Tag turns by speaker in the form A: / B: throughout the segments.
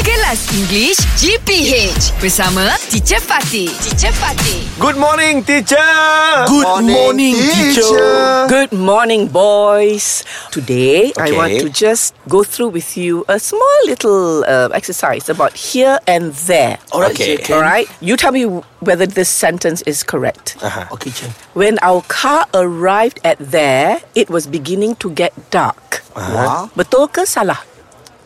A: Kelas English GPH bersama Teacher Fatih. Teacher Fatih.
B: Good morning, teacher.
C: Good morning, teacher.
D: Good morning, boys. Today,
B: Okay.
D: I want to just go through with you a small little uh, exercise about here and there.
C: All right,
B: Okay.
C: okay.
D: All right? You tell me whether this sentence is correct.
B: Uh-huh.
C: Okay, Chen.
D: When our car arrived at there, it was beginning to get dark.
C: Wow.
D: Betul ke salah?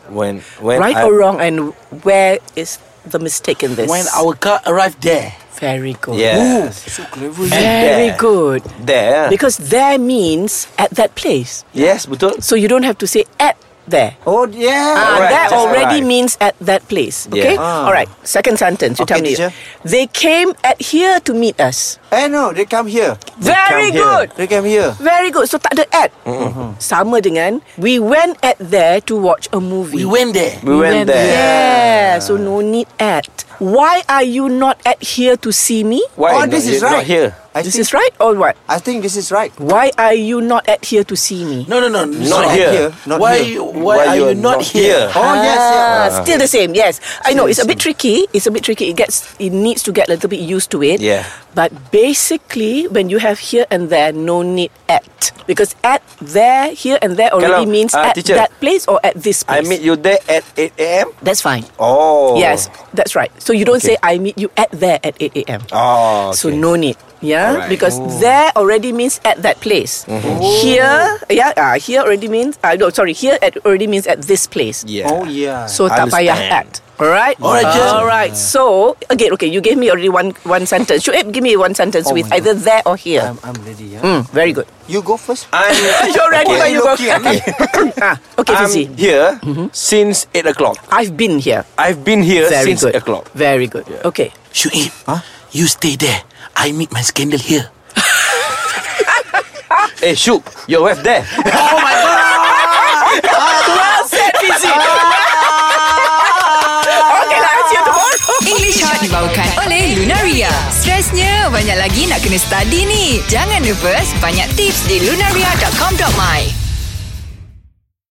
B: When Uh-huh. when
D: Right
B: I,
D: or wrong? And where is the mistake in this?
C: When our car arrived there.
D: Very good.
C: Oh,
B: Yes.
C: so clever.
B: And
D: Very
B: there.
D: good.
B: There.
D: Because there means at that place.
B: yes, betul.
D: So you don't have to say at there.
C: Oh, yeah.
D: Ah,
B: Alright,
D: that
B: just
D: already
B: arrived.
D: means at that place. Okay?
B: Yeah. Ah.
D: All right. Second sentence. You
C: Okay,
D: tell me.
C: teacher.
D: They came at here to meet us.
C: I know. They come here.
D: Very
B: come here.
D: good.
C: They come here.
D: Very good. So tak ada at. Sama dengan we went at there to watch a movie.
C: We went there.
B: We went there.
D: Yeah. So no need at. Why are you not at here to see me?
B: Why?
C: Oh, this
B: no,
C: is
B: you're
C: right.
B: Not here.
C: I
D: This
C: think,
D: is right or what?
C: I think this is right.
D: Why are you not at here to see me?
C: No, no, no. Not,
B: here.
C: Not
B: Why
C: why,
B: you-
C: why, are you not, here? Oh, yes.
D: Ah,
C: Yeah.
B: Uh-huh.
D: still the same. Yes, I know it's a bit tricky. It's a bit tricky. It gets it needs to get a little bit used to it.
B: Yeah.
D: But basically, when you have here and there, no need at because at there, here and there already
B: Kalau,
D: means
B: uh,
D: at
B: teacher,
D: that place or at this
B: I
D: place.
B: meet you there at 8 a.m.
D: That's fine.
B: Oh.
D: Yes, that's right. So you don't say I meet you at there at 8 a.m.
B: Oh. Okay. Oh.
D: So no need. Yeah,
B: Alright.
D: because there already means at that place.
B: Mm-hmm.
D: Here,
B: Oh.
D: yeah, uh, here already means. Uh, no, sorry, here at already means at this place.
B: Yeah.
C: Oh, yeah.
D: So tak payah
B: Understand.
D: act. Alright?
C: Alright, Jen.
D: Alright. So, again, okay, you gave me already one one sentence. Shoaib, give me one sentence
C: Oh
D: with
C: my Um,
D: either there or here.
C: I'm, I'm ready. Yeah.
D: Hmm, very good.
C: You go first.
B: I'm.
D: You're ready
B: Okay.
D: when you go.
C: looking at me.
D: ah, okay,
B: I'm
D: Fizi.
B: here since 8 o'clock.
D: I've been here.
B: I've been here
D: Very
B: since
D: good.
B: 8 o'clock.
D: Very good. Okay.
C: Shuib, you stay there. I meet my scandal here.
B: Hey, Shuk, your wife there.
C: Oh, my God.
D: Well said, Fizi. okay, lah, I'll see you tomorrow.
A: English Hot dibawakan oleh Lunaria. Stresnya banyak lagi nak kena study ni. Jangan nervous, banyak tips di lunaria.com.my.